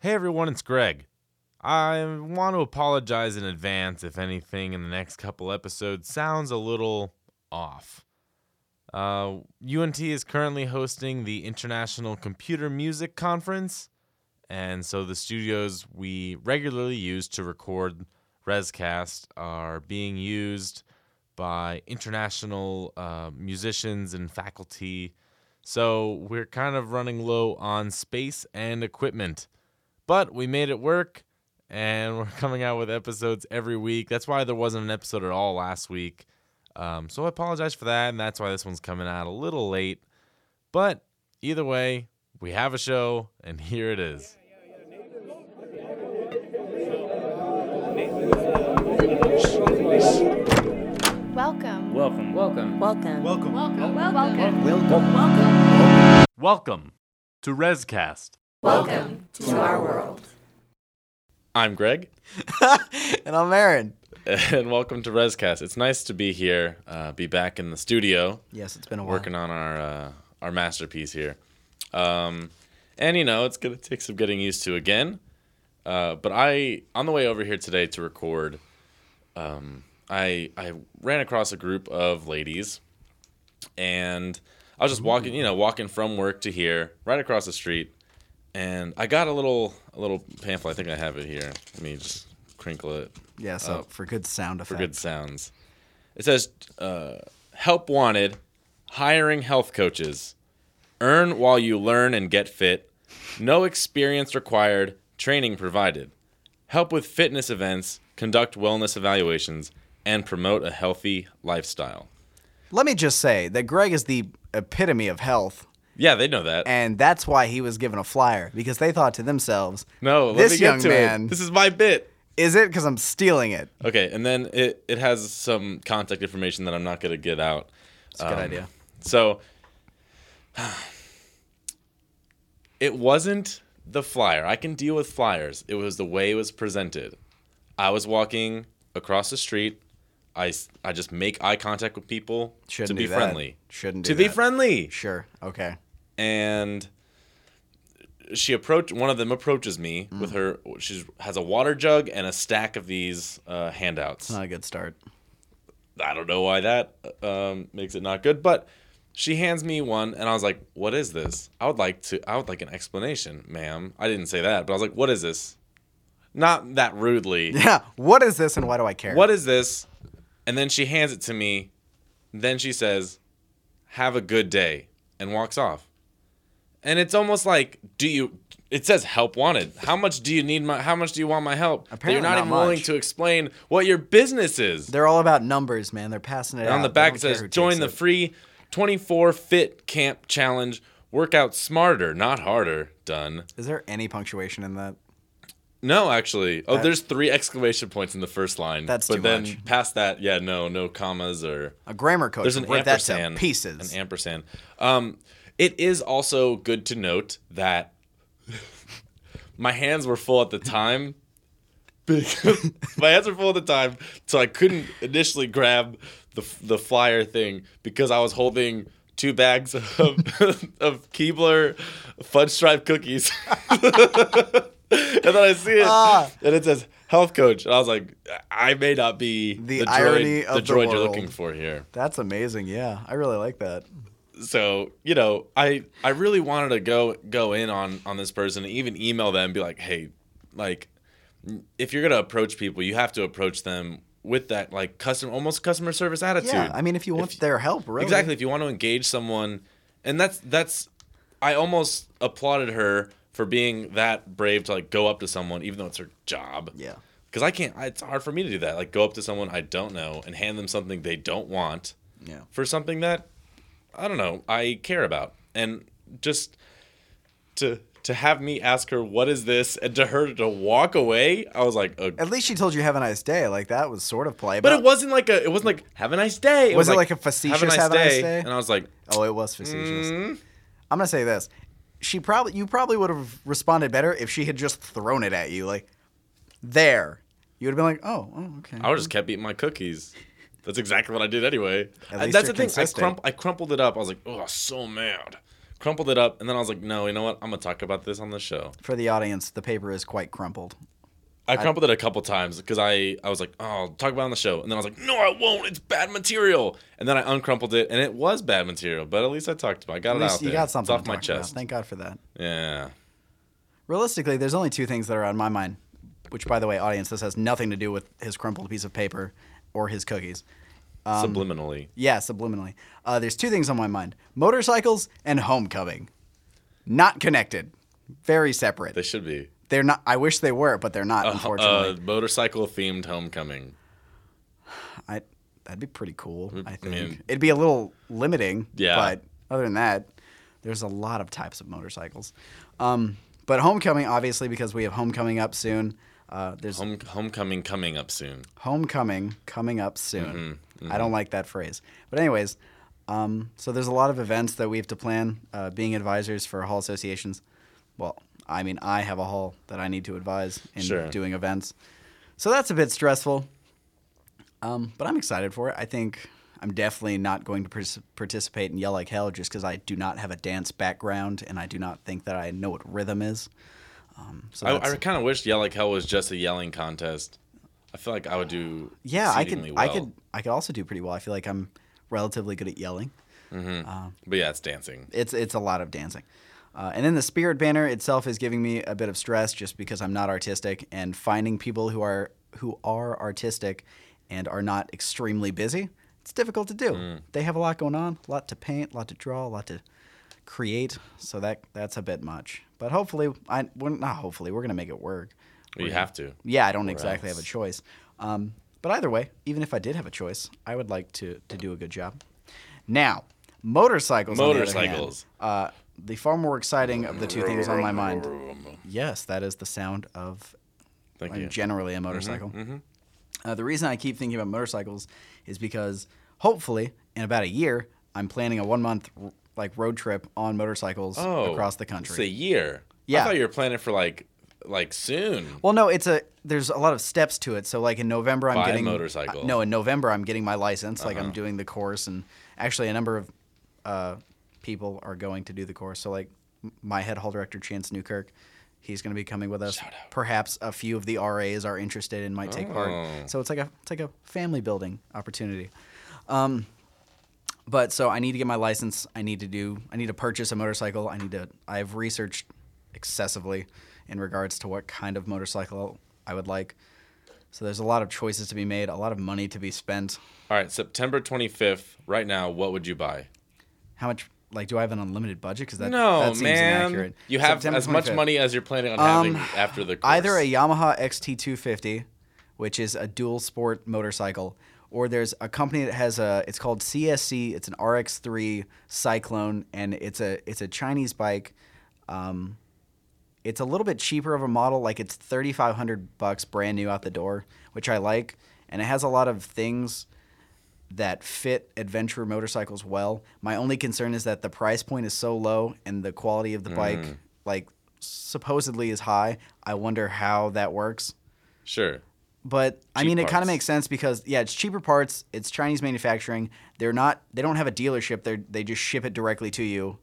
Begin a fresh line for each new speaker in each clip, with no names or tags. Hey everyone, it's Greg. I want to apologize in advance if anything in the next couple episodes sounds a little off. Uh, UNT is currently hosting the International Computer Music Conference, and so the studios we regularly use to record Rescast are being used by international uh, musicians and faculty. So we're kind of running low on space and equipment but we made it work and we're coming out with episodes every week that's why there wasn't an episode at all last week um, so i apologize for that and that's why this one's coming out a little late but either way we have a show and here it is
Welcome.
Welcome. Welcome.
Welcome.
Welcome.
Welcome. Welcome.
welcome to rescast
Welcome to our world.
i'm greg
and I'm Aaron.
and welcome to rescast it's nice to be here uh, be back in the studio
Yes, it's been a while.
working on our uh, our masterpiece here. Um, and you know, it's gonna take some getting used to again. Uh, but I, on the way over here today to record, um, I I ran across a group of ladies, and I was just walking, you know, walking from work to here, right across the street, and I got a little a little pamphlet. I think I have it here. Let me just crinkle it
Yeah, so for good sound effects.
for good sounds. It says, uh, "Help wanted, hiring health coaches. Earn while you learn and get fit. No experience required. Training provided. Help with fitness events. Conduct wellness evaluations." And promote a healthy lifestyle.
Let me just say that Greg is the epitome of health,
Yeah, they know that.
and that's why he was given a flyer because they thought to themselves,
no, let
this
me get
young
to it.
man
This is my bit.
is it because I'm stealing it?"
Okay, and then it, it has some contact information that I'm not going to get out.
It's a
Um,
good idea.
So it wasn't the flyer. I can deal with flyers. It was the way it was presented. I was walking across the street. I, s- I just make eye contact with people
Shouldn't
to
do
be
that.
friendly.
Shouldn't
to
do
be
that.
friendly.
Sure. Okay.
And she approached one of them approaches me
Mm.
with her she has a water jug and a stack of these uh, handouts.
Not a good start.
I don't know why that um, makes it not good, but she hands me one, and I was like, "What is this? I would like to. I would like an explanation, ma'am." I didn't say that, but I was like, "What is this?" Not that rudely.
Yeah. What is this, and why do I care?
What is this? And then she hands it to me. Then she says, "Have a good day," and walks off. And it's almost like, do you? It says help wanted. How much do you need my? How much do you want my help? That
Apparently
you're not,
not
even willing
much.
to explain what your business is.
They're all about numbers, man. They're passing it
And
out.
on the
They
back
don't
it
care
says
who takes
join the
it."
free 24 fit camp challenge workout smarter not harder done
Is there any punctuation in that?
no actually oh there's three exclamation points in the first line
That's
but
too
then
much.
past that yeah no no commas or
A grammar coach.
there's an
would rip that to
ampersand
pieces.
an ampersand um it is also good to note that my hands were full at the time because my hands were full at the time, so I couldn't initially grab the the flyer thing because I was holding two bags of of Keebler fudge stripe cookies. and then I see it,
Ah.
and it says health coach, and I was like, I may not be
The
droid,
irony
the
of the
droid you're
world.
looking for here.
That's amazing. Yeah, I really like that.
So you know, I I really wanted to go go in on on this person, and even email them, and be like, hey, like if you're gonna approach people, you have to approach them with that like custom almost customer service attitude.
Yeah, I mean, if you want their help, really.
Exactly. If you want to engage someone, and that's that's, I almost applauded her for being that brave to like go up to someone, even though it's her job.
Yeah.
Because I can't. I- It's hard for me to do that. Like go up to someone I don't know and hand them something they don't want
Yeah.
for something that I don't know I care about, and just to to have me ask her what is this, and to her to walk away, I was like, "Uh,
At least she told you have a nice day. Like that was sort of play,
but it wasn't like a it wasn't like have a nice day. It
Was it like a facetious "Have a nice day"?
And I was like,
oh, it was facetious.
Mm-hmm.
I'm gonna say this: she probably, you probably would have responded better if she had just thrown it at you, like there. You would have been like, oh, oh, okay.
I would just kept eating my cookies. That's exactly what I did anyway.
At
I- that's
least you're
the thing. I,
consistent.
crump, I crumpled it up. I was like, oh, so mad. crumpled it up, and then I was like, no, you know what? I'm gonna talk about this on the show.
For the audience, the paper is quite crumpled.
I crumpled it a couple times because I, I was like, oh, I'll talk about it on the show. And then I was like, no, I won't. It's bad material. And then I uncrumpled it, and it was bad material, but at least I talked about it. I got
At
it
least
out
you
there.
got something
It's off
to
my
talk
chest.
About. Thank God for that.
yeah.
Realistically, there's only two things that are on my mind. Which, by the way, audience, this has nothing to do with his crumpled piece of paper or his cookies. Um,
Subliminally.
Yeah, subliminally. Uh, there's two things on my mind: motorcycles and homecoming. Not connected. Very separate.
They should be.
They're not. I wish they were, but they're not.
Uh,
unfortunately,
motorcycle themed homecoming.
I, that'd be pretty cool. I think
uh, Mm, mean-
it'd be a little limiting.
Yeah.
But other than that, there's a lot of types of motorcycles. Um, but homecoming, obviously, because we have homecoming up soon. Uh, there's
Home, homecoming coming up soon.
homecoming coming up soon.
Mm-hmm,
I don't like that phrase. But anyways, um, so there's a lot of events that we have to plan. Uh, being advisors for hall associations, well, I mean, I have a hall that I need to advise in
Sure.
doing events, so that's a bit stressful. Um, but I'm excited for it. I think I'm definitely not going to pers- participate and yell like hell just because I do not have a dance background and I do not think that I know what rhythm is. Um, so
I,
that's-
I kind of wish Yell Like Hell was just a yelling contest. I feel like I would do.
Yeah, I could.
exceedingly
I
well.
could. I could also do pretty well. I feel like I'm relatively good at yelling.
But yeah, it's dancing.
It's it's a lot of dancing, uh, and then the spirit banner itself is giving me a bit of stress just because I'm not artistic and finding people who are who are artistic and are not extremely busy. It's difficult to do.
Hmm.
They have a lot going on, a lot to paint, a lot to draw, a lot to create. So that that's a bit much. But hopefully, I we're, not hopefully we're gonna make it work.
You have to.
Yeah, I don't exactly have a
else.
choice. Um, but either way, even if I did have a choice, I would like to to do a good job. Now, motorcycles. on the other hand,
Motorcycles.
uh, the far more exciting of the two things on my mind. Yes, that is the sound of
Thank
and
you. Mm-hmm,
generally a motorcycle. Uh, the reason I keep thinking about motorcycles is because hopefully in about a year I'm planning a one month like road trip on motorcycles across the country.
Oh, It's a year. I
Yeah.
thought you were planning for like like soon.
Well, no, it's a there's a lot of steps to it. So like in November, I'm
Buy a
getting
motorcycle.
uh, no, in November I'm getting my license. Like I'm doing the course, and actually a number of uh, people are going to do the course. So like m- my head hall director Chance Newkirk, he's going to be coming with us. Perhaps a few of the RAs are interested and might take
Oh.
part. So it's like a it's like a family building opportunity. Um, But so I need to get my license. I need to do. I need to purchase a motorcycle. I need to. I've researched excessively in regards to what kind of motorcycle I would like. So there's a lot of choices to be made. A lot of money to be spent.
All right, September 25th. Right now, what would you buy?
How much? Like, do I have an unlimited budget? Because that
no,
that seems
man.
inaccurate.
You have
September
as much
25th.
money as you're planning on
Um,
having after the course.
Either a Yamaha XT250, which is a dual sport motorcycle, or there's a company that has a. It's called CSC. It's an RX3 Cyclone, and it's a it's a Chinese bike. Um, it's a little bit cheaper of a model. Like it's 3,500 bucks brand new out the door, which I like, and it has a lot of things that fit adventure motorcycles well. My only concern is that the price point is so low and the quality
Mm.
of the bike, like supposedly, is high. I wonder how that works.
sure.
But I
Cheap
mean, it kind
parts.
of makes sense because yeah, it's cheaper parts. It's Chinese manufacturing. They're not. They don't have a dealership. They they just ship it directly to you.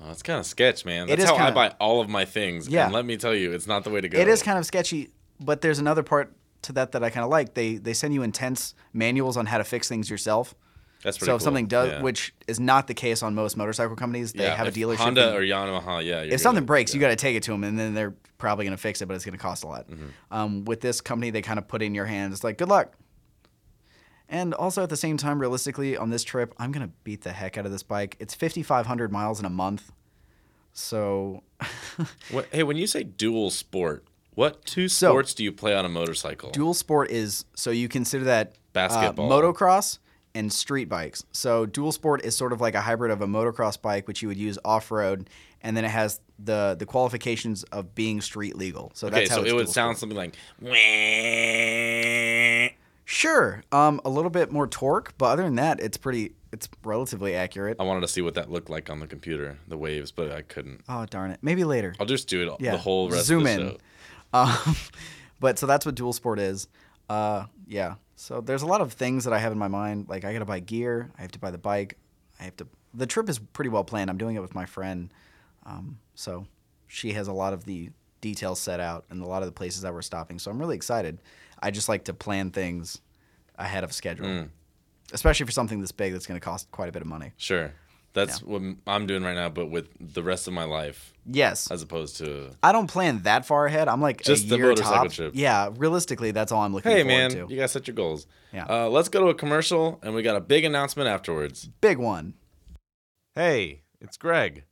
Oh, that's kind of sketch, man. That's
is
how I
kinda-
buy all of my things.
Yeah.
And let me tell you, it's not the way to go.
It is kind of sketchy. But there's another part to that that I kind of like. They they send you intense manuals on how to fix things yourself.
That's pretty
So if
cool.
something does,
Yeah.
which is not the case on most motorcycle companies, they
Yeah,
have a
if
dealership.
Honda
and-
or Yamaha, yeah. Mm-hmm.
if something breaks, you got to take it to them, and then they're probably going to fix it, but it's going to cost a lot. Um, with this company, they kind of put it in your hands. It's like, good luck. And also at the same time, realistically, on this trip, I'm going to beat the heck out of this bike. It's 5,500 miles in a month. So,
What, hey, when you say dual sport, what two
So-
sports do you play on a motorcycle?
dual sport is so you consider that uh,
Basketball.
motocross, and street bikes. So, dual sport is sort of like a hybrid of a motocross bike, which you would use off road, and then it has the the qualifications of being street legal. So
okay,
that's how
so
it's
it would
dual sport.
sound something like. "Wah."
Sure. Um, a little bit more torque, but other than that, it's pretty. It's relatively accurate.
I wanted to see what that looked like on the computer, the waves, but I couldn't.
Oh darn it! Maybe later.
I'll just do it
Yeah.
the whole rest
Zoom
of
in.
the show.
Um, but so that's what dual sport is. Uh, yeah. So there's a lot of things that I have in my mind. Like I gotta buy gear. I have to buy the bike. I have to the trip is pretty well planned. I'm doing it with my friend, um, so she has a lot of the details set out and a lot of the places that we're stopping. So I'm really excited. I just like to plan things ahead of schedule,
Mm.
especially for something this big that's going to cost quite a bit of money.
Sure. That's what I'm doing right now, but with the rest of my life,
Yes,
as opposed to.
I don't plan that far ahead. I'm like
Just
a
the
year
motorcycle
top.
trip.
Yeah, realistically, that's all I'm looking
Hey,
forward
man,
to.
you got to set your goals.
Yeah.
Uh, let's go to a commercial, and we got a big announcement afterwards.
Big one.
Hey, it's Greg.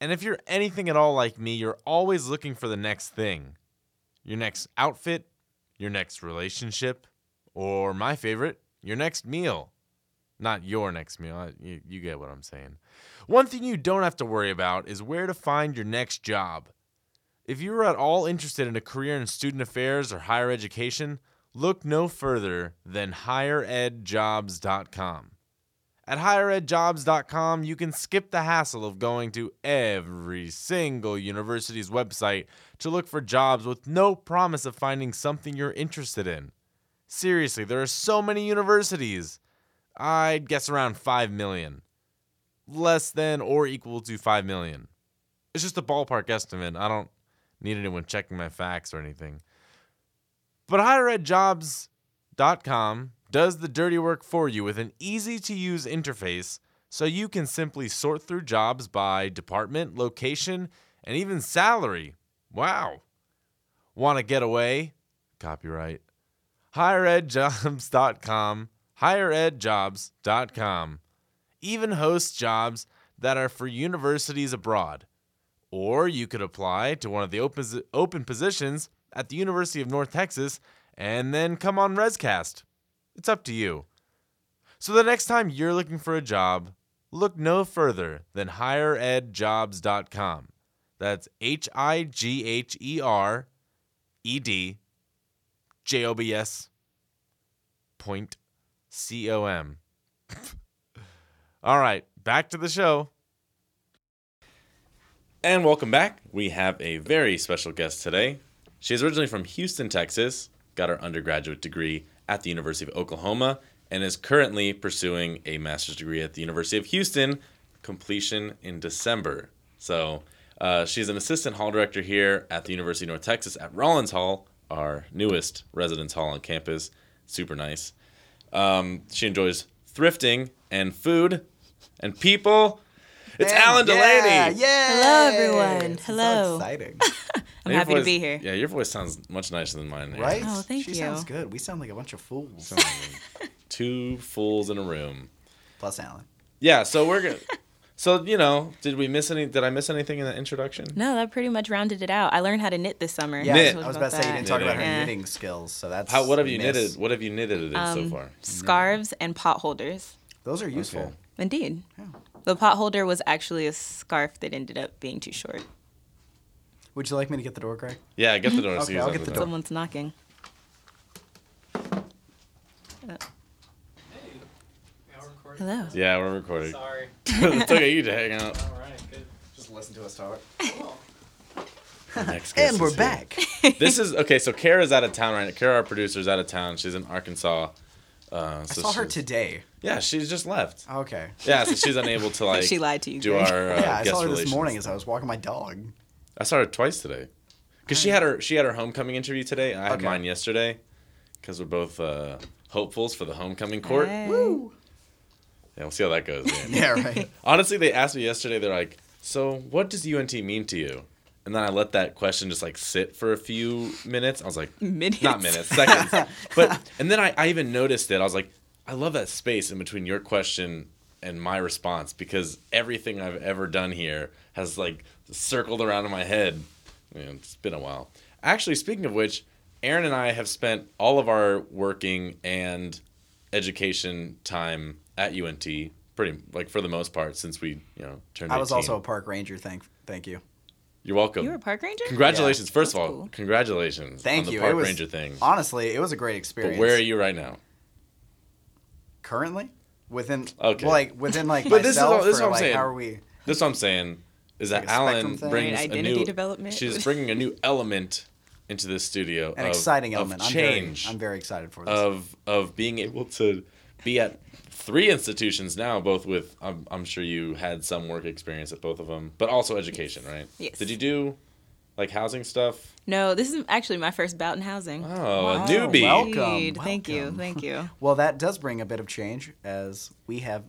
And if you're anything at all like me, you're always looking for the next thing your next outfit, your next relationship, or my favorite, your next meal. Not your next meal, I- you, you get what I'm saying. One thing you don't have to worry about is where to find your next job. If you are at all interested in a career in student affairs or higher education, look no further than higheredjobs.com. At higheredjobs.com, you can skip the hassle of going to every single university's website to look for jobs with no promise of finding something you're interested in. Seriously, there are so many universities. I'd guess around 5 million. Less than or equal to 5 million. It's just a ballpark estimate. I don't need anyone checking my facts or anything. But higheredjobs.com does the dirty work for you with an easy to use interface so you can simply sort through jobs by department, location, and even salary. Wow. Want to get away? Copyright. higheredjobs.com, higheredjobs.com even hosts jobs that are for universities abroad or you could apply to one of the open, open positions at the University of North Texas and then come on Rescast. It's up to you. So the next time you're looking for a job, look no further than higheredjobs.com. That's H I G H E R E D J O B S point C O M. All right, back to the show.
And welcome back. We have a very special guest today. She's originally from Houston, Texas, got her undergraduate degree at the University of Oklahoma, and is currently pursuing a master's degree at the University of Houston, completion in December. So uh, she's an assistant hall director here at the University of North Texas at Rollins Hall, our newest residence hall on campus. Super nice. Um, she enjoys thrifting and food and people. It's Alan Delaney.
Yeah.
Hello, everyone.
This is so
Hello.
exciting,
I'm
Your
happy to
voice-
be here.
Yeah, your voice sounds much nicer than mine. Aaron.
right?
Oh, thank
she
you.
sounds good. We sound like a bunch of fools.
Two fools in a room.
Plus Alan.
Yeah, so we're gonna. so you know, did we miss any? Did I miss anything in that introduction?
No, that pretty much rounded it out. I learned how to knit this uh-huh. summer.
Yeah,
Knit.
I was about to say you didn't talk about her
Yeah.
knitting skills, so that's
How? What have
a
you
miss.
knitted? What have you knitted it in so
Um,
far?
Scarves and potholders.
Those are useful.
Okay.
Indeed. The potholder was actually a scarf that ended up being too short.
Would you like me to get the door, Greg?
Yeah, get the door.
Okay, I'll get the door.
Someone's knocking. Uh, Hello.
Yeah, we're recording.
Sorry.
it's okay, you to hang out.
All right. Good.
Just listen to us talk.
Our next guest
And we're
is here.
back.
This is okay. So Kara's out of town right now. Kara, our producer, is out of town. She's in Arkansas. Uh,
I
so
saw her
she's-
today.
Yeah, she's just left.
Okay.
Yeah, so she's unable to like.
She lied to you,
Do
Greg.
our uh,
Yeah, I
guest
saw her this
relations
morning as I was walking my dog.
I saw her twice today, cause she had her she had her homecoming interview today. and I had
Okay.
mine yesterday, cause we're both uh, hopefuls for the homecoming court.
Hey.
Yeah, we'll see how that goes. Man.
Yeah, right.
Honestly, they asked me yesterday. They're like, "So, what does UNT mean to you?" And then I let that question just like sit for a few minutes. I was like,
Minutes.
not minutes, seconds. but and then I, I even noticed it. I was like, I love that space in between your question and my response because everything I've ever done here has like circled around in my head. You know, it's been a while. Actually, speaking of which, Aaron and I have spent all of our working and education time at UNT, pretty like for the most part since we you know turned.
I was
18.
also a park ranger. Thank, thank you.
You're welcome.
You were a park ranger?
Congratulations, first of all,
That's cool.
congratulations
Thank
on the
you.
park
it was,
ranger thing.
Honestly, it was a great experience.
But where are you right now?
currently? Within
Okay.
well, like within like
But this is
myself
all- this is
or
what I'm
like
saying.
how are we?
That's what I'm saying. Is that
Like a
Alan
spectrum thing?
brings
Right,
a
identity
new
development.
She's bringing a new element into this studio.
An
of-
exciting
of
element.
change
I'm very, I'm very excited for this.
of of being able to be at three institutions now, both with, I'm, I'm sure you had some work experience at both of them, but also education, right?
Yes.
Did you do like housing stuff?
No, this is actually my first bout in housing.
Oh,
Wow,
a newbie.
welcome.
Indeed. Thank you.
welcome.
Thank you.
Well, that does bring a bit of change as we have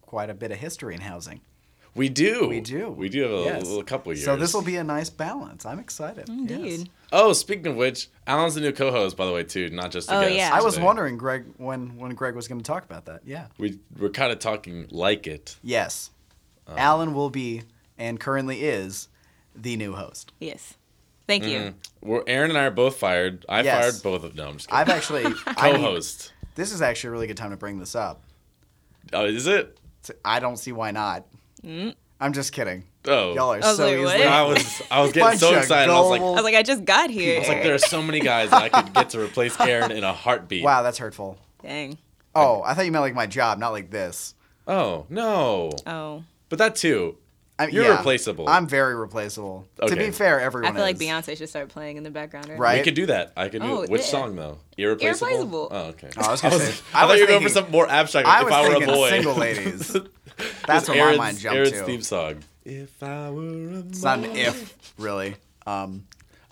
quite a bit of history in housing.
We do.
We do.
We do have a
Yes.
little couple years.
So this will be a nice balance. I'm excited.
Indeed.
Yes.
Oh, speaking of which, Alan's the new co-host, by the way, too, not just a
Oh,
guest.
yeah.
I was
today.
wondering, Greg, when when Greg was going to talk about that. Yeah.
We we're kind of talking like it.
Yes.
Uh-huh.
Alan will be and currently is the new host.
Yes. Thank you.
Mm-hmm. We're Aaron and I are both fired. I
Yes.
fired both of. No, I'm just kidding.
I've actually I need-
co-host.
this is actually a really good time to bring this up.
oh, is it?
It's- I don't see why not. I'm just kidding.
Oh,
Y'all are
Mm. I was
so
like,
easily.
what?
I was I was getting
Bunch
so
of
excited. I was like,
I
gullible-
was like, I just got here.
I was like, there are so many guys that I could get to replace Aaron in a heartbeat.
Wow, that's hurtful.
Dang.
Oh, I thought you meant like my job, not like this.
Oh no,
Oh.
but that too.
I,
You're replaceable.
I'm very replaceable. To
Okay.
be fair, everyone
I feel like
is.
Beyonce should start playing in the background. Right.
Right?
We could do that. I could do
Oh,
it. Which
yeah.
song though? Irreplaceable.
Irreplaceable.
Oh, okay.
Oh, I was gonna say.
I,
I
thought
was
you were going for
thinking-
something more abstract. like
I
if
was
I were a
thinking
boy.
single ladies. That's
It's
what
Aaron's,
my mind jumped
Aaron's
to.
theme song. If I were a
It's not an if, really. Um,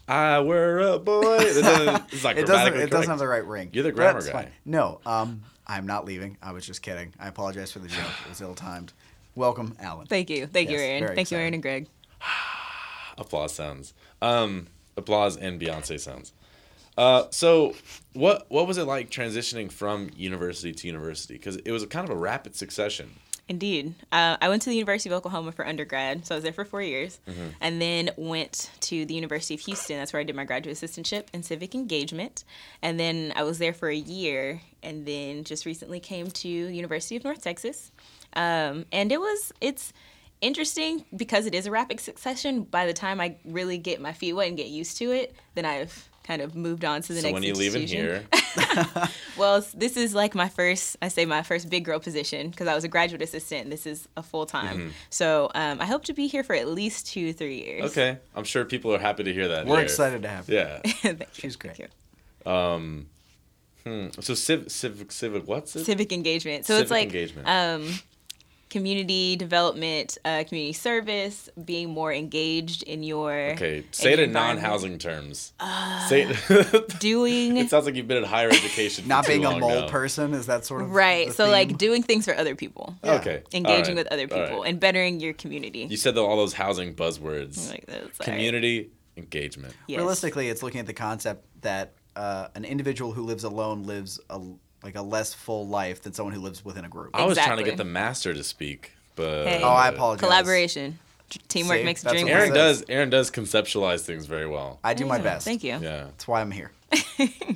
I were a boy. It doesn't, it's not
it doesn't.
grammatically
It doesn't
correct.
have the right ring.
You're the
But
grammar
that's
guy.
fine. No, um, I'm not leaving. I was just kidding. I apologize for the joke. It was ill-timed. Welcome, Alan.
Thank you. Thank you,
Yes,
Aaron.
very
Thank you, Aaron
exciting.
and Greg.
Applause sounds. Um, applause and Beyonce sounds. Uh, so what what was it like transitioning from university to university? Because it was kind of a rapid succession.
Indeed. Uh, I went to the University of Oklahoma for undergrad, so I was there for four years, and then went to the University of Houston. That's where I did my graduate assistantship in civic engagement, and then I was there for a year, and then just recently came to University of North Texas, um, and it was it's interesting because it is a rapid succession. By the time I really get my feet wet and get used to it, then I've kind of moved on to the
so
next.
when you leave in
institution.
here,
Well, s- this is like my first, I say my first big girl position because I was a graduate assistant. and This is a full time.
Mm-hmm.
So um, I hope to be here for at least two, three years.
okay, I'm sure people are happy to hear that.
We're
here.
excited to have you.
Yeah.
Thank you.
She's great.
Thank
So civ, civic civic what's
you.
it?
Civic engagement. So
Civic
it's like
engagement.
Um, community development, uh, community service, being more engaged in your.
okay,
in
say it
your
in
environment. Uh,
non-housing terms. say it.
Doing.
It sounds like you've been in higher education. for
Not
too
being a
long
mole
now.
person is that sort of
Right.
the
So, like,
theme?
doing things for other people,
Yeah.
Oh, Okay.
engaging
All right.
with other
All
people,
right.
and bettering your community.
You said though all those housing buzzwords.
like, that's all right.
Community engagement.
Yes.
realistically, it's looking at the concept that uh, an individual who lives alone lives a like a less full life than someone who lives within a group.
I was trying to get the
Exactly.
master to speak, but
Hey.
Oh, I apologize.
Collaboration. T- Teamwork
See,
makes the
that's
dream
what
work.
I
Aaron does. Aaron does conceptualize things very well.
I do my
Yeah,
best.
Thank you.
Yeah,
That's why I'm here.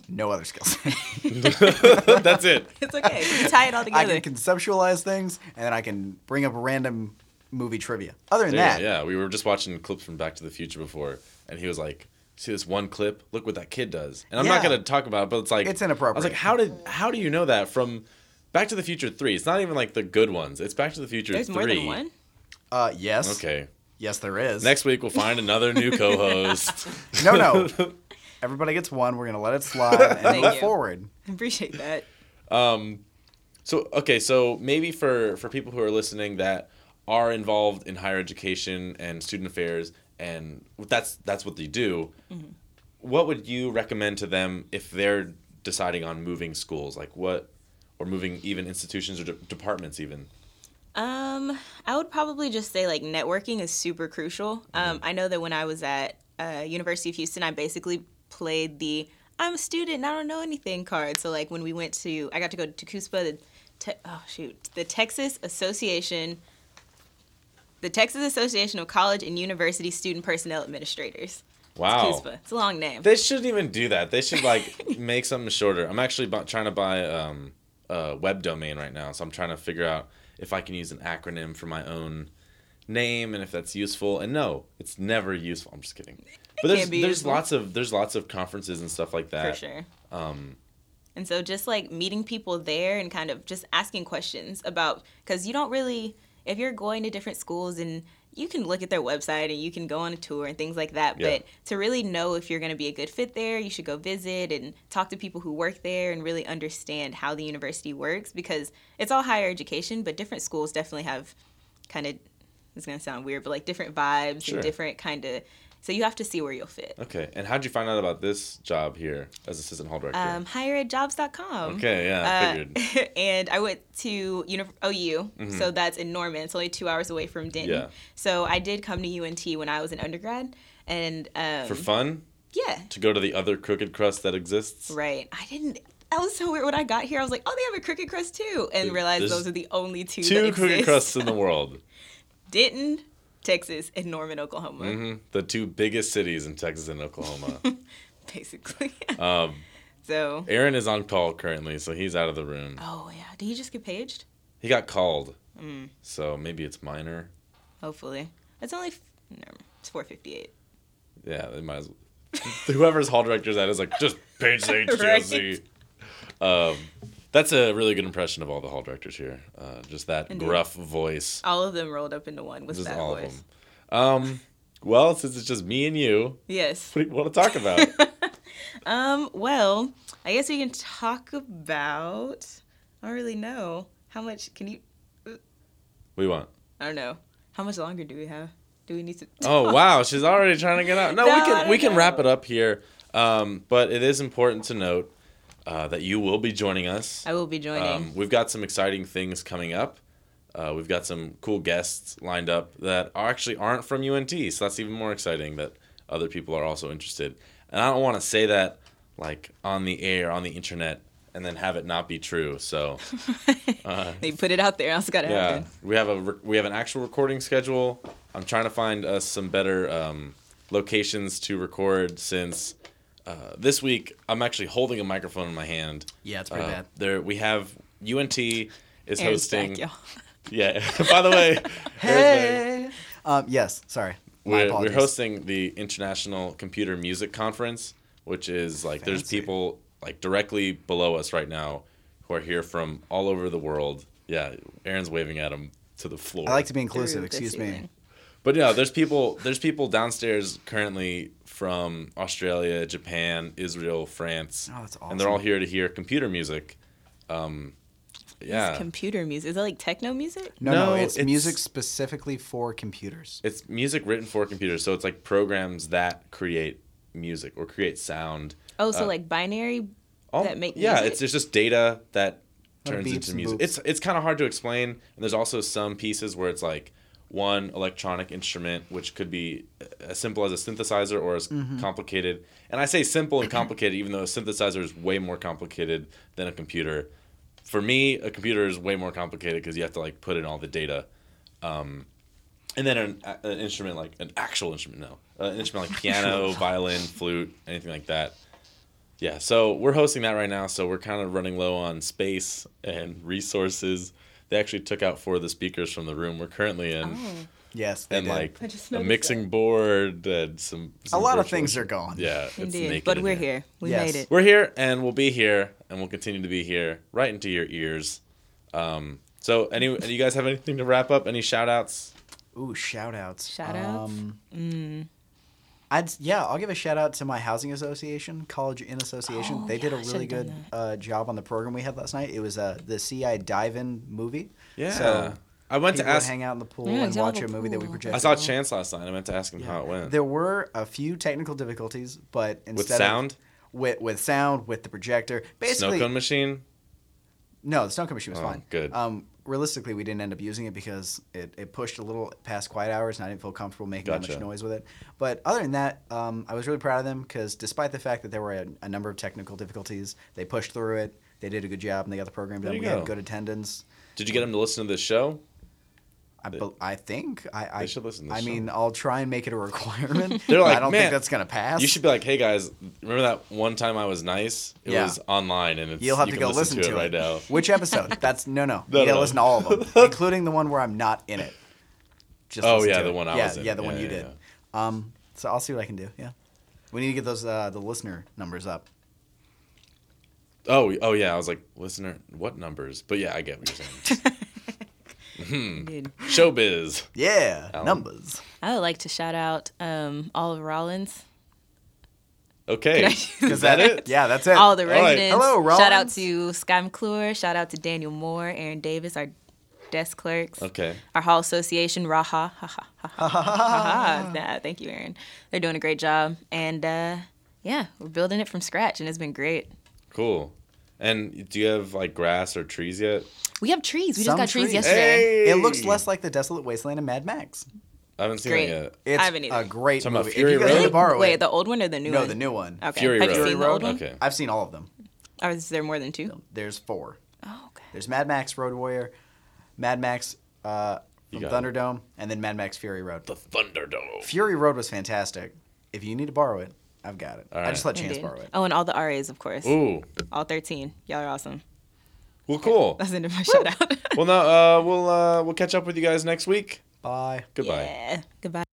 no other skills.
that's it.
It's okay. You tie it all
I
together.
can conceptualize things, and then I can bring up random movie trivia. Other than
Yeah,
that,
yeah. We were just watching clips from Back to the Future before, and he was like, "See this one clip? Look what that kid does." And I'm not
Yeah.
gonna talk about it, but it's like I
It's
was like,
inappropriate.
"How did? How do you know that from?" Back to the Future 3. It's not even like the good ones. It's Back to the Future
There's
3.
more than one.
uh, yes,
Okay.
yes, there is.
Next week we'll find another new co-host.
no, no. Everybody gets one. We're gonna let it slide and
Thank
move
you.
forward.
I appreciate that.
So okay, so maybe for for people who are listening that are involved in higher education and student affairs, and that's that's what they do. What would you recommend to them if they're deciding on moving schools, like what, or moving even institutions or de- departments, even?
Um, I would probably just say like networking is super crucial. Um,
Mm-hmm.
I know that when I was at uh, University of Houston, I basically played the "I'm a student and I don't know anything" card. So like when we went to, I got to go to CUSPA, the te- oh shoot, the Texas Association, the Texas Association of College and University Student Personnel Administrators.
Wow.
CUSPA. It's a long name.
They shouldn't even do that. They should like make something shorter. I'm actually bu- trying to buy um, a web domain right now, so I'm trying to figure out if I can use an acronym for my own name and if that's useful. And no, it's never useful. I'm just kidding. But there's
can't be
there's
useful.
lots of there's lots of conferences and stuff like that. um,
for sure. and so just like meeting people there and kind of just asking questions about because you don't really if you're going to different schools and you can look at their website and you can go on a tour and things like that.
Yeah.
But to really know if you're going to be a good fit there, you should go visit and talk to people who work there and really understand how the university works because it's all higher education, but different schools definitely have kind of, it's going to sound weird, but like different vibes
Sure.
and different kind of, so you have to see where you'll fit.
Okay. And how'd you find out about this job here as assistant hall director?
Um, higheredjobs.com.
okay. Yeah. I figured.
Uh, and I went to uni- OU, so that's in Norman. It's only two hours away from Denton.
Mm-hmm. Yeah.
So I did come to UNT when I was an undergrad, and um,
For fun,
yeah,
to go to the other crooked crust that exists.
right. I didn't. That was so weird. When I got here, I was like, "Oh, they have a crooked crust too," and realized
There's
those are the only two.
Two
that
crooked
exist.
crusts in the world.
Denton, Texas, and Norman, Oklahoma,
The two biggest cities in Texas and Oklahoma.
basically.
um,
so.
Aaron is on call currently, so he's out of the room.
Oh yeah. Did he just get paged?
He got called.
Mm.
So maybe it's minor.
Hopefully. It's only. F- no, it's four fifty-eight.
Yeah, they might as well. Whoever's hall director's that is like, just page the HTLC. um, that's a really good impression of all the hall directors here. Uh, just that
Indeed.
gruff voice.
All of them rolled up into one with
Just
that
all
voice.
of them. Um, well, since it's just me and you,
Yes.
what do you want to talk about?
Um, well, I guess we can talk about. I don't really know. How much can you.
we want.
I don't know. How much longer do we have? Do we need to.
Oh wow, she's already trying to get out. No,
No,
we
I
can
don't
we can
know.
wrap it up here. Um, but it is important to note uh, that you will be joining us.
I will be joining.
Um, we've got some exciting things coming up. Uh, we've got some cool guests lined up that are actually aren't from UNT, so that's even more exciting that other people are also interested. And I don't want to say that like on the air, on the internet, and then have it not be true. So
they put it out there. Else got to
yeah,
happen.
we have a re- we have an actual recording schedule. I'm trying to find us some better um, locations to record since uh, this week I'm actually holding a microphone in my hand.
Yeah, it's pretty
Uh,
bad.
There we have UNT is
Aaron's back,
hosting.
y'all.
Yeah. By the way, Aaron's back.
Hey. Um, yes. Sorry. My
we're, we're
apologies.
hosting the International Computer Music Conference, which is like there's
Fancy.
people like directly below us right now who are here from all over the world. Yeah, Aaron's waving at them to the floor.
I like to be
Through
inclusive.
the
Excuse me.
ceiling.
But yeah, there's people there's people downstairs currently from Australia, Japan, Israel, France.
Oh, that's
And they're all
awesome.
here to hear computer music. Um, yeah.
It's computer music. Is that like techno music?
No, no,
No,
it's,
it's-
music specifically for computers.
it's music written for computers, so it's like programs that create music or create sound.
Oh, so like binary
Oh,
that make
Uh, yeah,
music?
it's there's just data that
Like
turns
beeps
into
and
music.
boops.
It's it's kind of hard to explain, and there's also some pieces where it's like one electronic instrument, which could be as simple as a synthesizer or as
Mm-hmm.
complicated. And I say simple and complicated, even though a synthesizer is way more complicated than a computer. For me, a computer is way more complicated because you have to like put in all the data Um, and then an, an instrument like an actual instrument no an instrument like piano violin flute anything like that yeah so we're hosting that right now so we're kind of running low on space and resources they actually took out four of the speakers from the room we're currently in
Yes, they
and
did.
like
Oh. I just
a
noticed
mixing board and some,
a
some
lot of
virtual-
things are gone.
yeah it's
Indeed.
naked
But
in
we're here. We
Yes.
made it.
we're here and we'll be here and we'll continue to be here right into your ears um so any do you guys have anything to wrap up any shout outs
Ooh, shout outs.
Shout outs? Mm.
I'd yeah, I'll give a shout out to my housing association, College in Association.
Oh,
they did
yeah,
a
I
really
should've done
good uh, job on the program we had last night. It was uh, the CI Dive In movie.
yeah
So
i
I
went to ask
hang out in the pool
Yeah,
and
exactly,
watch
the
a movie that we
pool.
projected.
I saw Chance last night. I meant to ask him how it went.
There were a few technical difficulties, but instead of-
sound?
with with sound, with the projector,
Snow
basically
cone machine.
No, the Stone Cover machine was
Oh,
fine.
good.
Um, realistically, we didn't end up using it because it, it pushed a little past quiet hours, and I didn't feel comfortable making that
Gotcha.
much noise with it. But other than that, um, I was really proud of them because despite the fact that there were a, a number of technical difficulties, they pushed through it. They did a good job, and they got the program
There
done.
you
We
go.
had good attendance.
Did you get him to listen to this show?
I, bel I think I, I
They should listen to
I
this
mean, I'll try and make it a requirement.
They're
but
like,
I don't
"Man,
think that's gonna pass.
You should be like, hey guys, remember that one time I was nice? It
Yeah.
was online, and it's,
You'll have
you
to
can
go listen,
to, it, right now.
Which episode? That's no, no.
No,
you gotta
no.
listen to all of them, including the one where I'm not in it. Just
Oh,
listen
yeah,
to
the
it.
one I
yeah,
was in.
Yeah, the one
Yeah,
you
yeah,
did. Um, so I'll see what I can do. Yeah, we need to get those uh, the listener numbers up.
Oh, oh yeah. I was like, listener, what numbers? But yeah, I get what you're saying.
Dude.
Showbiz.
Yeah,
Oh.
numbers.
I would like to shout out um, Olive Rollins,
Okay.
Could I-
Is that it?
Yeah, that's it.
all the
right.
residents.
Hello,
Shout out
Rollins.
to Sky McClure. Shout out to Daniel Moore, Aaron Davis, our desk clerks,
Okay.
our hall association, Raha. Ha ha ha ha ha ha. ha. Nah, Thank you, Aaron. They're doing a great job. And uh, yeah, we're building it from scratch, and it's been great.
Cool. And do you have like grass or trees yet?
We have trees. We just
Some
got trees,
trees.
yesterday.
It looks less like the desolate wasteland in Mad Max.
I haven't seen
Great.
it yet.
It's
I haven't either.
a great
Talking
movie.
about
If
Fury
you guys
Road?
to borrow
Wait,
it,
the old one or the new
no,
one?
the new one.
Okay.
Fury
have you
Road.
seen the old one?
Okay.
I've seen all of them.
Or is there more than two?
There's four.
Oh, okay.
There's Mad Max Road Warrior, Mad Max uh,
You
from
got it.
Thunderdome, and then Mad Max Fury Road.
The Thunderdome.
Fury Road was fantastic. If you need to borrow it, I've got it. I
right.
just let
I
Chance
did.
borrow it.
Oh, and all the RAs, of course.
Ooh.
All 13. Y'all are awesome.
Well, cool.
That's the end of my shout out.
Well, now uh, we'll uh, we'll catch up with you guys next week.
Bye.
Goodbye.
yeah. Goodbye.